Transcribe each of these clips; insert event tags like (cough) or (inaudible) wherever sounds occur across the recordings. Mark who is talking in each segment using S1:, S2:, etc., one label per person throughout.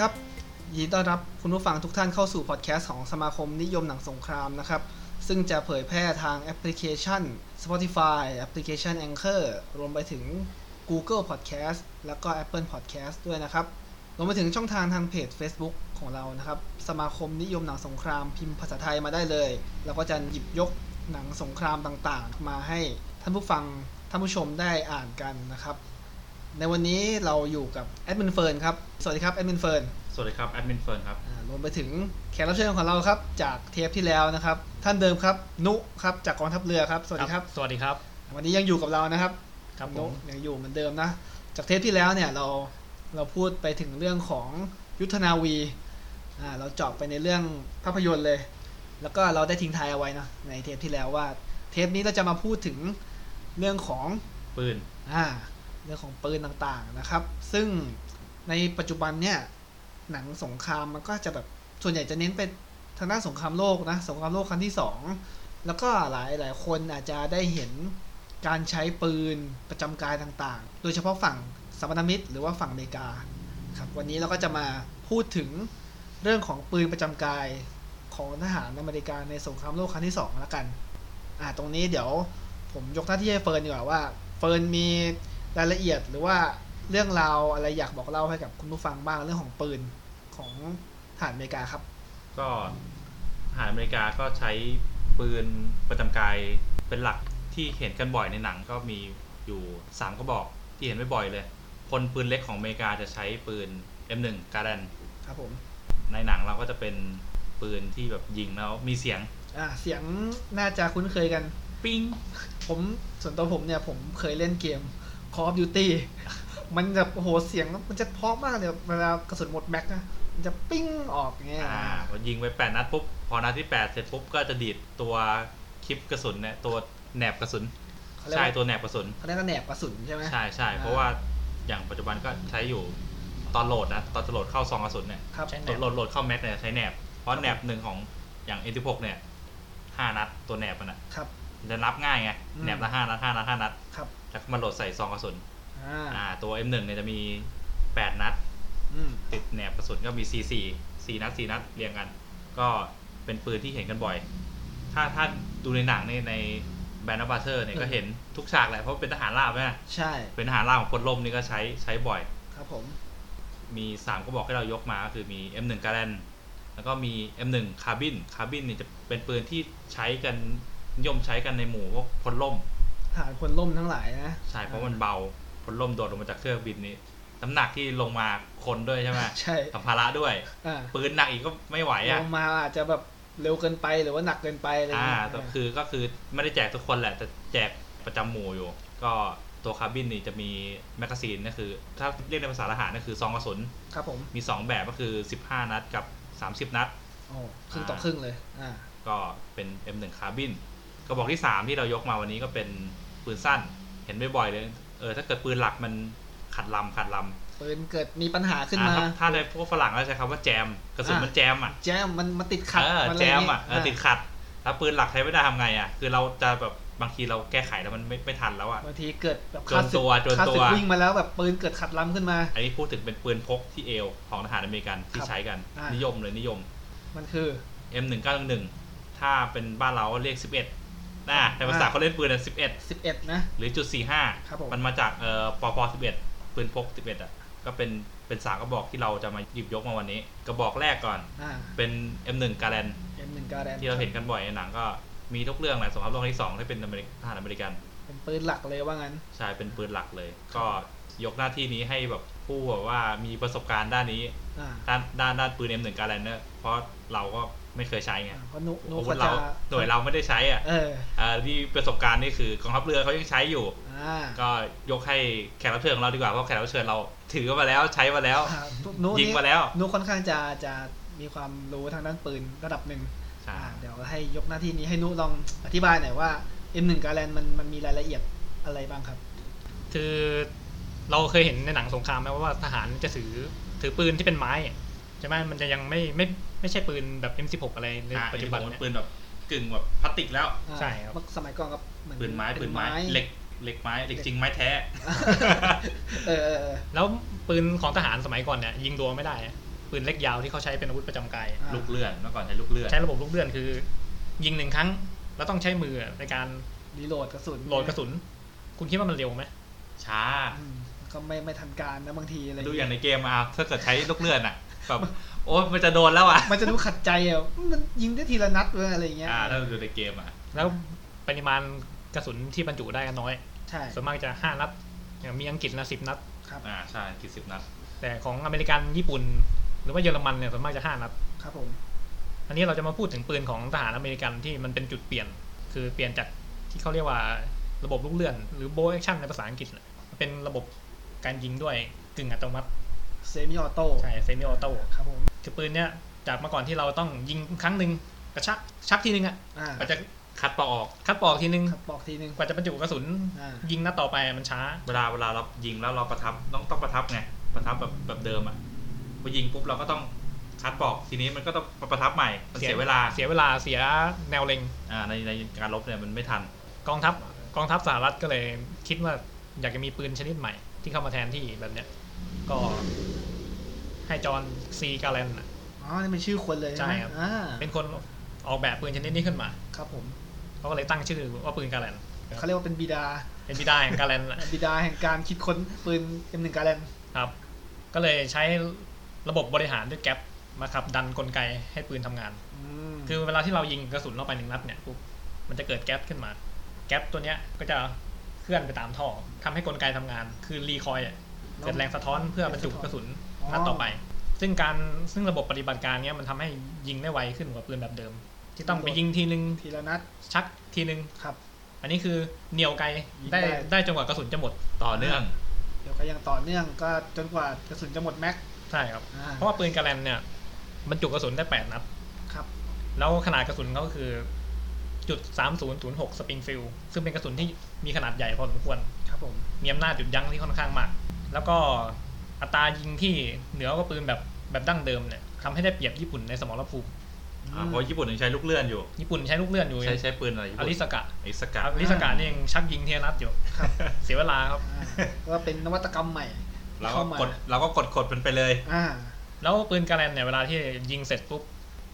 S1: ครับยินดีต้อนรับคุณผู้ฟังทุกท่านเข้าสู่พอดแคสต์ของสมาคมนิยมหนังสงครามนะครับ ซึ่งจะเผยแพร่ทางแอปพลิเคชัน Spotify แอปพลิเคชัน Anchor รวมไปถึง Google Podcast แล้วก็ Apple Podcast ด้วยนะครับ รวมไปถึงช่องทางทางเพจ Facebook ของเรานะครับ สมาคมนิยมหนังสงครามพิมพ์ภาษาไทยมาได้เลย เราก็จะหยิบยกหนังสงครามต่างๆ มาให้ท่านผู้ฟังท่านผู้ชมได้อ่านกันนะครับ ในวันนี้เราอยู่กับแอดมินเฟิร์นครับ สวัสดีครับแอดมินเฟิร์น
S2: สวัสดีครับ แอดมินเฟิร์นครับ
S1: อ่ารวมไปถึงแขกรับเชิญของเราครับ จากเทปที่แล้วนะครับ ท่านเดิมครับ นุครับจากกองทัพเรือครับ สวัสดีครับ
S3: สวัสดีครับ
S1: วันนี้ยังอยู่กับเรานะครับ
S3: ครับผ
S1: นุ
S3: ม
S1: ยังอยู่เหมือนเดิมนะ จากเทปที่แล้วเนี่ยเราเราพูดไปถึงเรื่องของยุทธนาวีอ่าเราเจาะไปในเรื่องภาพยนตร์เลย แล้วก็เราได้ทิ้งท้ายเอาไว้นะในเทปที่แล้วว่า เทปนี้เราจะมาพูดถึงเรื่องของ
S2: ปืน
S1: อ่าเรื่องของปืนต่างๆนะครับ ซึ่งในปัจจุบันเนี่ยหนังสงครามมันก็จะแบบส่วนใหญ่จะเน้นไปทางด้านสงครามโลกนะสงครามโลกครั้งที่สองแล้วก็หลายหลายคนอาจจะได้เห็นการใช้ปืนประจำกายต่างๆ โดยเฉพาะฝั่งสัมพันธมิตรหรือว่าฝั่งอเมริกาครับวันนี้เราก็จะมาพูดถึงเรื่องของปืนประจำกายของทหารอเมริกาในสงครามโลกครั้งที่สองแล้วกัน อ่าตรงนี้เดี๋ยวผมยกหน้าที่ให้เฟิร์นดีกว่าว่า เฟิร์นมีรายละเอียดหรือว่าเรื่องราวอะไรอยากบอกเล่าให้กับคุณผู้ฟังบ้างเรื่องของปืนของทหารอเมริกาครับ
S2: ก็ทหารอเมริกาก็ใช้ปืนประจำกายเป็นหลักที่เห็นกันบ่อยในหนังก็มีอยู่ 3 กระบอกที่เห็นไม่บ่อยๆเลย พลปืนเล็กของอเมริกาจะใช้ปืน M1 กาแดน
S1: ครับผม
S2: ในหนังเราก็จะเป็นปืนที่แบบยิงแล้วมีเสียง
S1: อ่าเสียงน่าจะคุ้นเคยกัน
S2: ปิ้ง
S1: ผมส่วนตัวผมเนี่ยผมเคยเล่นเกม Call of Duty มันแบบโอ้โหเสียงมันจะเพราะมากเลยเวลากระสุนหมดแม็กนะมันจะปิ้งออกอย่างเงี้ย
S2: อ่าพอยิงไป 8 นัดปุ๊บ พอนัดที่ 8 เสร็จปุ๊บ ก็จะดีดตัวคลิปกระสุนเนี่ยตัวแหนบกระสุน
S1: เขาเรียก
S2: ใช่
S1: ว่า
S2: ตัวแหนบกระสุน
S1: เขาเรียกว่าแหนบกระสุนใช่ไหม
S2: ใช่ใช่เพราะว่าอย่างปัจจุบันก็ใช้อยู่ตอนโหลดนะตอนจะโหลดเข้าซองกระสุนเนี่ย
S1: ครับ
S3: ใช่ไห
S2: โห
S3: ม
S2: ลดโหลดโหลดเข้าแม็กเนี่ยใช้แหนบ เพราะแหนบหนึ่งของอย่าง N16 เนี่ยห้านัดตัวแหนบมันอ่ะ
S1: ครับ
S2: มันจะนับง่ายไง
S1: อืม
S2: แหนบละห้านัดห้านัดห้านัด
S1: ครับ
S2: แล้วก็มาโหลดใส่ซองกระสุน
S1: อ่า
S2: อ่าตัว M1 เนี่ยจะมีแปดนัด
S1: อืม
S2: ติดแหนบกระสุนก็มี C4 สี่นัดสี่นัดเรียงกัน ก็เป็นปืนที่เห็นกันบ่อย ถ้าถ้าดูในหนังนี่ในแบนด์บัตเตอร์เนี่ยก็เห็นทุกฉากแหละเพราะเป็นทหารราบนะ
S1: ใช่
S2: เป็นทหารราบของพลร่มนี่ก็ใช้ใช้บ่อย
S1: ครับผม
S2: มี3กระบอกให้เรายกมาก็คือมี M1 กาแลนแล้วก็มี M1 คาบินคาบินเนี่ยจะเป็นปืนที่ใช้กันนิยมใช้กันในหมู่พวกพลล่ม
S1: ฐานคนล่มทั้งหลายนะ
S2: ใช่เพราะมันเบาพลล่มโดดลงมาจากเครื่องบินนี่น้ำหนักที่ลงมาคนด้วยใช่ไหม
S1: ใช่
S2: สัมภาระด้วย
S1: อ่า
S2: ปืนหนักอีกก็ไม่ไหวอ่ะ
S1: ลงมาอาจจะแบบเร็วเกินไปหรือว่าหนักเกินไปอะไร
S2: อ่า
S1: เงี้ย
S2: แต่คือก็คือไม่ได้แจกทุกคนแหละแต่แจกประจำหมู่อยู่ ก็ตัวคาบินนี่จะมีแมกกาซีนก็คือ ถ้าเรียกในภาษาทหารก็คือซองกระสุน
S1: ครับผม
S2: มีสองแบบก็คือ 15 นัดกับ 30 นัด
S1: โอ้ครึ่งต่อครึ่งเลยอ่า
S2: ก็เป็น M1 คาร์บินกระบอกที่ 3 ที่เรายกมาวันนี้ก็เป็นปืนสั้น เห็นบ่อยๆเลย เออถ้าเกิดปืนหลักมันขัดลำขัดลำ
S1: ปืนเกิดมีปัญหาขึ้นมา
S2: อ่าถ้าถ้าในพวกฝรั่งก็ใช้คำว่าแจม กระสุน
S1: อ่ามั
S2: มันแจมอ่ะ
S1: แจมมันมาติดขัด
S2: เออ
S1: มันไร
S2: แจ
S1: เงี้ย
S2: มอ่ะเออติดขัด แล้วปืนหลักใช้ไม่ได้ทำไงอ่ะ คือเราจะแบบบางทีเราแก้ไขแล้วมันไม่ไม่ทันแล้วอ่ะ
S1: บางทีเกิดแบบ
S2: โจรตัวโจร
S1: คา
S2: ตั
S1: สึก
S2: ว
S1: วิ่งมาแล้วแบบปืนเกิดขัดล้ำขึ้นมา
S2: อันนี้พูดถึงเป็นปืนพกที่เอวของทหารอเมริกันที่
S1: ครับ
S2: ใช้กัน
S1: อ่านิ
S2: นิยมเลยนิยม
S1: มันคือ
S2: M1911 ถ้าเป็นบ้านเราเรียก 11นะในภาษา
S1: อ่า
S2: เขาเล่นปืนอ่ะ11
S1: 11 นะ
S2: หรือจุดสี่ห้า
S1: ครับผม
S2: นมาจากเอ่อปอปอสิบเอ็ดปืนพกสิบเอ็ดอ่ะ ก็เป็นเป็นสามกระบอกที่เราจะมาหยิบยกมาวันนี้ กระบอกแรกก่อน
S1: อ่า
S2: เป็น M1 กาแลน
S1: M1 กาแดน
S2: ที่เราเห็นกันบ่อยในหนังก็มีทุกเรื่องแหละสงครามโลกครั้งที่สองที่เป็นอเมริกทหารอเมริกัน
S1: เป็นปืนหลักเลยว่างั้น
S2: ใช่ เป็นปืนหลักเลย ก็ยกหน้าที่นี้ให้แบบผู้แบบว่ามีประสบการณ์ด้านนี้
S1: อ่า
S2: ด้านด้านด้านปืน M1 กาแลนเนี่ยเพราะเราก็ไม่เคยใช้ไง
S1: อ่าเพราะนุนุ
S2: อาวุ
S1: เขา
S2: ธ
S1: จะ
S2: เราหน่วยเราไม่ได้ใช้อ่ะ
S1: เออ
S2: เอ่อที่ประสบการณ์นี่คือกองทัพเรือเขายังใช้อยู่
S1: อ่า
S2: ก็ยกให้แขกรับเชิญของเราดีกว่า เพราะแขกรับเชิญเราถือมาแล้วใช้มาแล้ว
S1: อ่านุ
S2: ยิง
S1: นี่
S2: มาแล้ว
S1: นุค่อนข้างจะจะมีความรู้ทางด้านปืนระดับหนึ่ง
S2: ใช่
S1: อ่าเดี๋ยวให้ยกหน้าที่นี้ให้นุลองอธิบายหน่อยว่า M1 กาแลนมันมันมีรายละเอียดอะไรบ้างครับ
S3: คือเราเคยเห็นในหนังสงครามไหมว่าทหารจะถือถือปืนที่เป็นไม้อะใช่ไหมมันจะยังไม่ไม่ไม่ใช่ปืนแบบ M16 อะไรใน
S2: อ่า
S3: ปั
S2: ปั
S3: จ
S2: จ
S3: จุ
S2: จุ
S3: บั
S2: บั
S3: น
S2: น
S3: เนี่ย
S2: ปืนแบบกึ่งแบบพลาสติกแล้ว
S1: อ่า
S3: ใช่ครับ
S1: เมื่อสมัยก่อนกับเหมือน
S2: ปืนไม้
S1: เป็
S2: ปืนไม้เหล็กเหล็กไม้เหล็กจริงไม้แท้
S1: เออเออเออ
S3: แล้วปืนของทหารสมัยก่อนเนี่ยยิงรัวไม่ได้อะ ปืนเล็กยาวที่เขาใช้เป็นอาวุธประจำกาย
S1: อ่า
S2: ลูกเลื่อนเมื่อก่อนใช้ลูกเลื่อน
S3: ใช้ระบบลูกเลื่อนคือ ยิงหนึ่งครั้ง แล้วต้องใช้มือในการ
S1: รีโหลดกระสุน
S3: โหลดกระสุน คุณคิดว่ามันเร็วไหม
S2: ช้า
S1: อืมก็ไม่ไม่ทันการนะบางทีอะไร
S2: ดูอย่างในเกมอ่ะถ้าเกิดใช้ลูกเลื่อนอ่ะแบบโอ้มันจะโดนแล้วอ่ะ
S1: มันจะดูขัดใจอ่ะมันยิงได้ทีละนัดเว้ยอะไรเงี้ย
S2: อ่าถ้าดูในเกมอ่ะ
S3: แล้วปริมาณกระสุนที่บรรจุได้ก็น้อย
S1: ใช่
S3: ส่วนมากจะห้านัดอย่างมีอังกฤษละสิบนัด
S1: ครับ
S2: อ่าใช่กี่สิบนัด
S3: แต่ของอเมริกันญี่ปุ่น หรือว่าเยอรมันเนี่ยส่วนมากจะห้านัด
S1: ครับผม
S3: อันนี้เราจะมาพูดถึงปืนของทหารอเมริกันที่มันเป็นจุดเปลี่ยน คือเปลี่ยนจากที่เขาเรียกว่าระบบลูกเลื่อน หรือโบแอคชั่นในภาษาอังกฤษน่ะเป็นระบบการยิงด้วยกึ่งอัตโนมัติ
S1: เซมิออโต้
S3: ใช่เซมิออโต้
S1: ครับผม
S3: คือปืนเนี่ยจากเมื่อก่อนที่เราต้องยิงครั้งหนึ่งกระชักชักทีนึงอ่ะ
S1: อ่าก
S3: ว่าจะ
S2: คัดปอกออก
S3: คัดปลอกทีนึง
S1: ครับบอกทีนึง
S3: กว่าจะบรรจุกระสุน
S1: อ่ายิ
S3: ยิงนัดต่อไปมันช้า
S2: เวลาเวลาเรายิงแล้วเราประทับต้องต้องประทับไงประทับแบบแบบเดิมอ่ะพอยิงปุ๊บเราก็ต้องคัดปอกทีนี้มันก็ต้องมาประทับใหม่มันเสียเวลา
S3: เสียเวลาเสียแนวเล็ง
S2: อ่าในในการลบเนี่ยมันไม่ทัน
S3: กองทัพกองทัพสหรัฐก็เลยคิดว่าอยากจะมีปืนชนิดใหม่ ที่เข้ามาแทนที่แบบเนี้ย ก็ให้จอห์นซีกาแลนน่ะ
S1: อ๋อนี่เป็นชื่อคนเลย
S3: ใช่
S1: ใช่ไหม
S3: ครับ
S1: อ่า
S3: เป็นคนออกแบบปืนชนิดนี้ขึ้นมา
S1: ครับผม
S3: เขาก็เลยตั้งชื่อว่าปืนกาแลน
S1: เขาเรียกว่าเป็นบิดา
S3: เป็นบิดาแห่งกาแลนน่ะ
S1: บิดาแห่งการคิดค้นปืน M1 การแลน
S3: ครับ ก็เลยใช้ระบบบริหารด้วยแก๊ปมาขับดันกลไกให้ปืนทำงาน
S1: ม
S3: คือเวลาที่เรายิงกระสุนเข้าไปหนึ่งนัดเนี่ยปุ๊บมันจะเกิดแก๊ปขึ้นมา แก๊ปตัวเนี้ยก็จะเคลื่อนไปตามท่อทำให้กลไกทำงาน คือรีคอยล์อะ เกิดแรงสะท้อนเพื่อบรรจุกระสุนนัดต่อไป ซึ่งการซึ่งระบบปฏิบัติการเนี้ยมันทำให้ยิงได้ไวขึ้นกว่าปืนแบบเดิม ที่ต้องไปยิงทีนึง
S1: ทีละนัด
S3: ชักทีนึง
S1: ครับ
S3: อันนี้คือเหนียวไกล
S1: ยิงได้
S3: ได้ได้จนกว่ากระสุนจะหมด
S2: ต่อเนื่อง
S1: เดี๋ยวก็ยังต่อเนื่องก็จนกว่ากระสุนจะหมดแม็ก
S3: ใช่ครับ
S1: อ่า
S3: เพราะว่าปืนกาแลนเนี่ยบรรจุกระสุนได้ 8 นัด
S1: ครับ
S3: แล้วขนาดกระสุนเขาก็คือจุด3006สปริงฟิลซึ่งเป็นกระสุนที่มีขนาดใหญ่พอสมควร
S1: ครับผม
S3: มีอำนาจหยุดยั้งที่ค่อนข้างมาก แล้วก็อัตรายิงที่เหนือกว่าปืนแบบแบบดั้งเดิมเนี่ยทำให้ได้เปรียบญี่ปุ่นในสมรภูมิ
S2: อ่าเพราะญี่ปุ่นยังใช้ลูกเลื่อนอยู่
S3: ญี่ปุ่นใช้ลูกเลื่อนอยู่
S2: ใช้ใช้ปืนอะไรญี่
S3: อ
S2: ปุ่น
S3: ลิสกะ
S2: อลิ
S3: อก
S2: สา
S3: ลิสกะนี่ยังชักยิงเทียนัดอยู่
S1: ครับ
S3: เสียเวลาครับ
S1: อ่าก็เป็นนวัตกรรมใหม่
S2: เรา
S1: เข้
S2: ก็
S1: ม
S2: กดเราก็กดกดมันไปเลย
S1: อ่า
S3: แล้วปืนกาแลนเนี่ยเวลาที่ยิงเสร็จปุ๊บ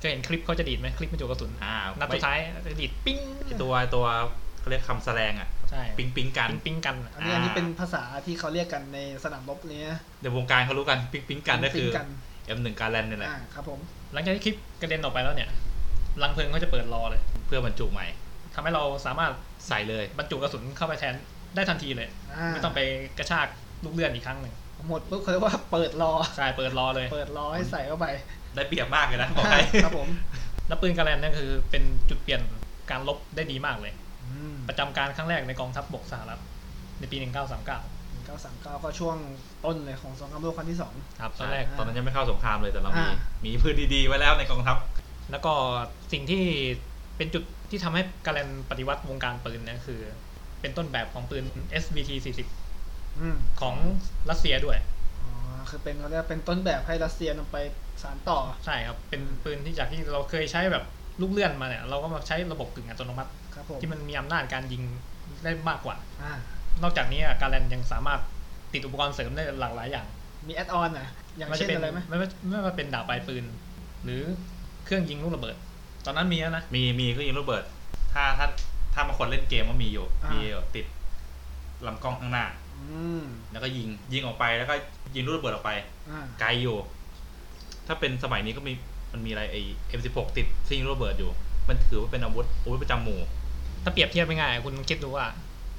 S3: จะเห็นคลิปเขาจะดีดไหมคลิปมันจุกระสุน
S2: อ่า
S3: นัดสุดท้ายจะดีดปิ้ง
S2: ไอ้ตัวไอ้ตัวเขาเรียกคำแสดงอ่ะ
S3: ใช่
S2: ปิ๊งปิ๊งกัน
S3: ปิ้งปิ้งกัน
S1: อันนี้
S2: อ่า
S1: อันนี้เป็นภาษาที่เขาเรียกกันในสนามรบเนี้ย
S2: เดี๋ยววงการเขารู้กันปิ๊งปิ๊งกันก็คือ
S1: ปิ้งกัน
S2: M1 การแลนนี่แหละ
S1: อ่าครับผม
S3: หลังจากที่คลิปกระเด็นออกไปแล้วเนี่ยรังเพลิงเขาจะเปิดรอเลย
S2: เพื่อบรรจุใหม่
S3: ทำให้เราสามารถ
S2: ใส่เลย
S3: บรรจุกระสุนเข้าไปแทนได้ทันทีเลย
S1: อ่า
S3: ไม่ต้องไปกระชากลูกเลื่อนอีกครั้งหนึ่ง
S1: หมดปุ๊บเขาเรียกว่าเปิดรอ
S3: ใช่เปิดรอเลย
S1: เปิดรอให้ใส่เข้าไป
S2: ได้เปรียบมากเลยนะบอก
S1: อ่า
S2: ให้
S1: ครับผม
S3: แล้วปืนกาแลนเนี่ยคือเป็นจุดเปลี่ยนการลบได้ดีมากเลย
S1: อืม
S3: ประจำการครั้งแรกในกองทัพบกสหรัฐในปี 1939
S1: 1939 ก็ช่วงต้นเลยของสงครามโลกครั้งที่สอง
S3: ครับตอนแรก
S2: ตอนนั้นยังไม่เข้าสงครามเลยแต่เรามี
S1: อ่า
S2: มีพื้นดีๆไว้แล้วในกองทัพ
S3: แล้วก็สิ่งที่เป็นจุดที่ทำให้กาแลนปฏิวัติวงการปืนเนี่ยคือ เป็นต้นแบบของปืน SVT
S1: อืม
S3: 40 ของรัสเซียด้วย
S1: อ๋อคือเป็นเขาเรียกว่าเป็นต้นแบบให้รัสเซียนำไปสานต่อ
S3: ใช่ครับ เป็นปืนที่จากที่เราเคยใช้แบบลูกเลื่อนมาเนี่ย เราก็มาใช้ระบบกึ่งอัตโนมัติ
S1: ครับผม
S3: ที่มันมีอำนาจการยิงได้มากกว่า
S1: อ่าน
S3: อกจากนี้อะกาแลนยังสามารถติดอุปกรณ์เสริมได้หลากหลายอย่าง
S1: มีแอดออนอ่ะ อย่าง
S3: ม่ว่
S1: เช่น
S3: จป็
S1: อะไรไหม
S3: ไม่ว่าไม่ว่าเป็นดาบปลายปืน หรือเครื่องยิงลูกระเบิด ตอนนั้นมีแล้วนะ
S2: มีมีก็ยิงระเบิด ถ้าถ้าถ้าบางคนเล่นเกมก็มีอยู่มีอยู่ติดลำกล้องข้างหน้า
S1: อืม
S2: แล้วก็ยิงยิงออกไปแล้วก็ยิงลูกระเบิดออกไป
S1: อ่า
S2: ไกลอยู่ ถ้าเป็นสมัยนี้ก็มีมันมีอะไรไอเอ็มสิบหกติดซิงโรเบิร์ตอยู่ มันถือว่าเป็นอาวุธอาวุธประจำหมู่
S3: ถ้าเปรียบเทียบง่ายๆคุณคิดดูว่า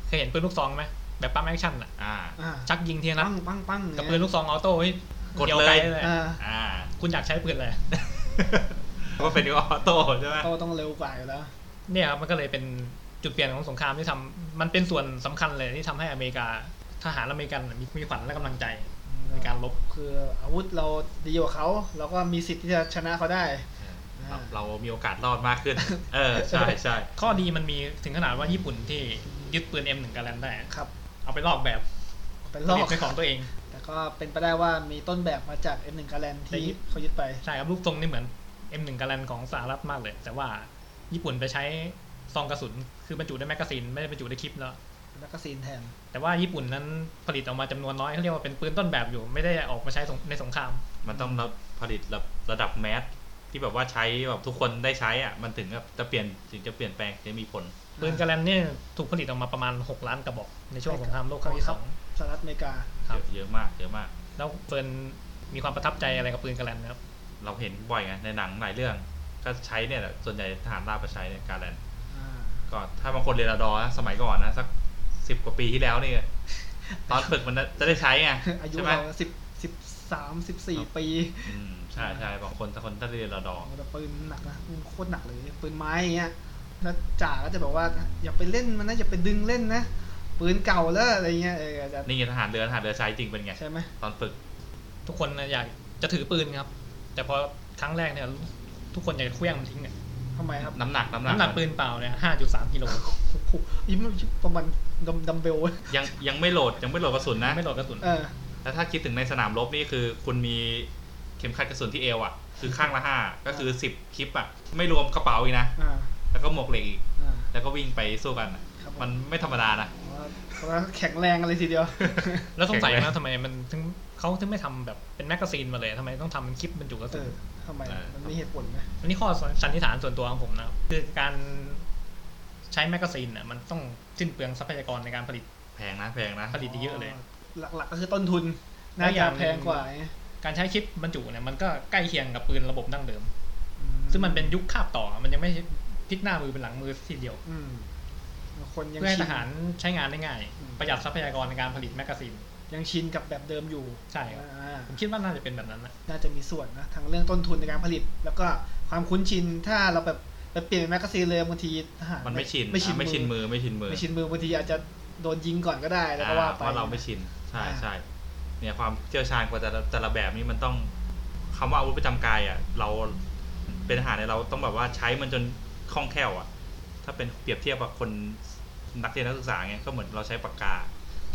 S3: เคยเห็นปืนลูกซองไหมแบบปั๊มแอคชั่นอ่ะ
S2: อ่า
S1: อ่า
S3: ชักยิงเทียนัด
S1: ปั้งปั้งปั้ง
S3: กับปืนลูกซองออโต้เฮ้ย
S2: กด
S3: ดีว
S2: เลย
S3: ไเลย
S1: อ่า
S2: อ่า
S3: คุณอยากใช้ปืนอะไร
S2: ก็เป็นออโต้ใช่ไหม
S1: ก็ต้องเร็วกว่าอยู่แล้ว
S3: เนี่ยครับมันก็เลยเป็นจุดเปลี่ยนของสงครามที่ทำมันเป็นส่วนสำคัญเลยที่ทำให้อเมริกาทหารอเมริกันมีมีขวัญและกำลังใจในการลบ
S1: คืออาวุธเราดีกว่าเขาเราก็มีสิทธิ์ที่จะชนะเขาได้
S2: เราเรามีโอกาสรอดมากขึ้น เออ ใช่ใช่
S3: ข้อดีมันมีถึงขนาดว่าญี่ปุ่นที่ยึดปืน M1 กาแลนได้
S1: ครับ
S3: เอาไปลอกแบบ
S1: เป็น
S3: ผ
S1: ลอ
S3: ลิต
S1: ก
S3: เป็นของตัวเอง
S1: แต่ก็เป็นไปได้ว่ามีต้นแบบมาจาก M1 กาแลนที่เขายึดไป
S3: ใช่ครับลูกทรงนี่เหมือน M1 กาแลนของสหรัฐมากเลย แต่ว่าญี่ปุ่นไปใช้ซองกระสุนคือบรรจุในแมกกาซีนไม่ได้บรรจุในคลิปแล้ว
S1: แมกกาซีนแทน
S3: แต่ว่าญี่ปุ่นนั้นผลิตออกมาจำนวนน้อยเขาเรียกว่าเป็นปืนต้นแบบอยู่ ไม่ได้ออกมาใช้สงในสงคราม
S2: มันต้องรับผลิตระระดับแมสที่แบบว่าใช้แบบทุกคนได้ใช้อ่ะมันถึงแบบจะเปลี่ยนถึงจะเปลี่ยนแปลงจะมีผล
S3: ปืนกาแลนเนี่ยถูกผลิตออกมาประมาณ 6 ล้านกระบอก ในช่วงสงครามโลกครั้งที่สอง
S1: สหรัฐอเมริกา
S3: ค
S2: เย
S3: รับ
S2: อะเยอะมากเยอะมาก
S3: แล้วเฟิร์นมีความประทับใจอะไรกับปืนกาแลนนะครับ
S2: เราเห็นบ่อยไงในหนังหลายเรื่อง ก็ใช้เนี่ยแหละส่วนใหญ่ทหารราบไปใช้เนี่ยการแลน
S1: อ่า
S2: ก็ถ้าบางคนเรียนรดอนะสมัยก่อนนะสักสิบกว่าปีที่แล้วนี่ตอนฝึกมันน่ะจะได้ใช้ไง
S1: อายุ
S2: ใช่ไหม
S1: เราสิบสิบสามสิบสี่ปี
S2: อืมใช่ใช่บางคนถ้าคนถ้าเรียนรดอ
S1: โอ้แต่ปืนหนักนะปืนโคตรหนักเลย ปืนไม้อย่างเงี้ย แล้วจ่าก็จะบอกว่า อย่าไปเล่นมันนะ อย่าไปดึงเล่นนะ ปืนเก่าแล้วอะไรเงี้ยเอออาจจะ
S2: นี่ไงทหารเรือทหารเรือใช้จริงเป็นไง
S1: ใช่ไหม
S2: ตอนฝึก
S3: ทุกคนน่ะอยากจะถือปืนครับ แต่พอครั้งแรกเนี่ยทุกคนอยากจะเคลี้ยงมันทิ้งเนี่ย
S1: ทำไมครับ
S2: น้ำหนักน้ำหนัก
S3: น้ำหนักปืนเปล่าเนี่ยห้าจุดสามกิโล
S1: โอ้โหยิ้มประมาณดัมดัมเบล
S2: ยังยังไม่โหลดยังไม่โหลดกระสุนนะ
S3: ไม่โหลดกระสุน
S1: เออ
S2: แล้วถ้าคิดถึงในสนามรบนี่คือ คุณมีเข็มขัดกระสุนที่เอวอ่ะ คือข้างละห้าก็คือสิบคลิปอ่ะไม่รวมกระเป๋าอีกนะ
S1: อ่า
S2: แล้วก็หมวกเหล็กอีก
S1: อ่า
S2: แล้วก็วิ่งไปสู้กันอะ
S1: ครับผม
S2: มันไม่ธรรมดานะ
S1: เพราะว่าแข็งแรงอะไรทีเดียว
S3: แล้วสงสัย
S2: แข็งไหม
S3: นะทำไมมันถึงเขาถึงไม่ทำแบบเป็นแมกกาซีนมาเลยทำไมต้องทำเป็นคลิปบรรจุกระ
S1: เอ
S3: สุน
S1: อทำไม
S2: เออ
S1: มันมีเหตุผลไหม
S3: อันนี้ข้อสันนิษฐานส่วนตัวของผมนะครับคือการใช้แมกกาซีนน่ะมันต้องสิ้นเปลืองทรัพยากรในการผลิต
S2: แพงนะแพงนะ
S3: ผลิตเยอะเลย
S1: หลักๆก็คือต้นทุน น่าจะแพงกว่าไง
S3: การใช้คลิปบรรจุเนี่ยมันก็ใกล้เคียงกับปืนระบบดั้งเดิม ซึ่งมันเป็นยุคคาบต่อ มันยังไม่พลิกหน้ามือเป็นหลังมือทีเดียว
S1: อืมคนยัง
S3: เพื่อให้
S1: ชิ
S3: ท
S1: น
S3: หารใช้งานได้ง่าย
S1: อืม
S3: ประหยัดทรัพยากรในการผลิตแมกกาซีน
S1: ยังชินกับแบบเดิมอยู่
S3: ใช่ครับ
S1: อ่า
S3: ผมคิดว่าน่าจะเป็นแบบนั้นนะ
S1: น่าจะมีส่วนนะทั้งเรื่องต้นทุนในการผลิต แล้วก็ความคุ้นชิน ถ้าเราแบบไปเปลี่ยนเป็นแมกกาซีนเลยบางทีทหาร
S2: มันไม่ชิน
S1: ไม่ชิน
S2: อ่ะไม่ชินมือไม่ชินมือ
S1: ไม่ชินมือบางทีอาจจะโดนยิงก่อนก็ได้แล้วก็ว่า
S2: อ่าเพ
S1: ไป
S2: ราะเราไม่ชิน ใช่
S1: อ่า
S2: ใช่เนี่ยความเชี่ยวชาญกว่าแต่ละแต่ละแบบนี้มันต้องคำว่าอาวุธประจำกายอ่ะ เราเป็นทหารเนี่ยเราต้องแบบว่าใช้มันจนคล่องแคล่วอ่ะ ถ้าเป็นเปรียบเทียบกับคนนักเรียนนักศึกษาเงี้ยก็เหมือนเราใช้ปากกา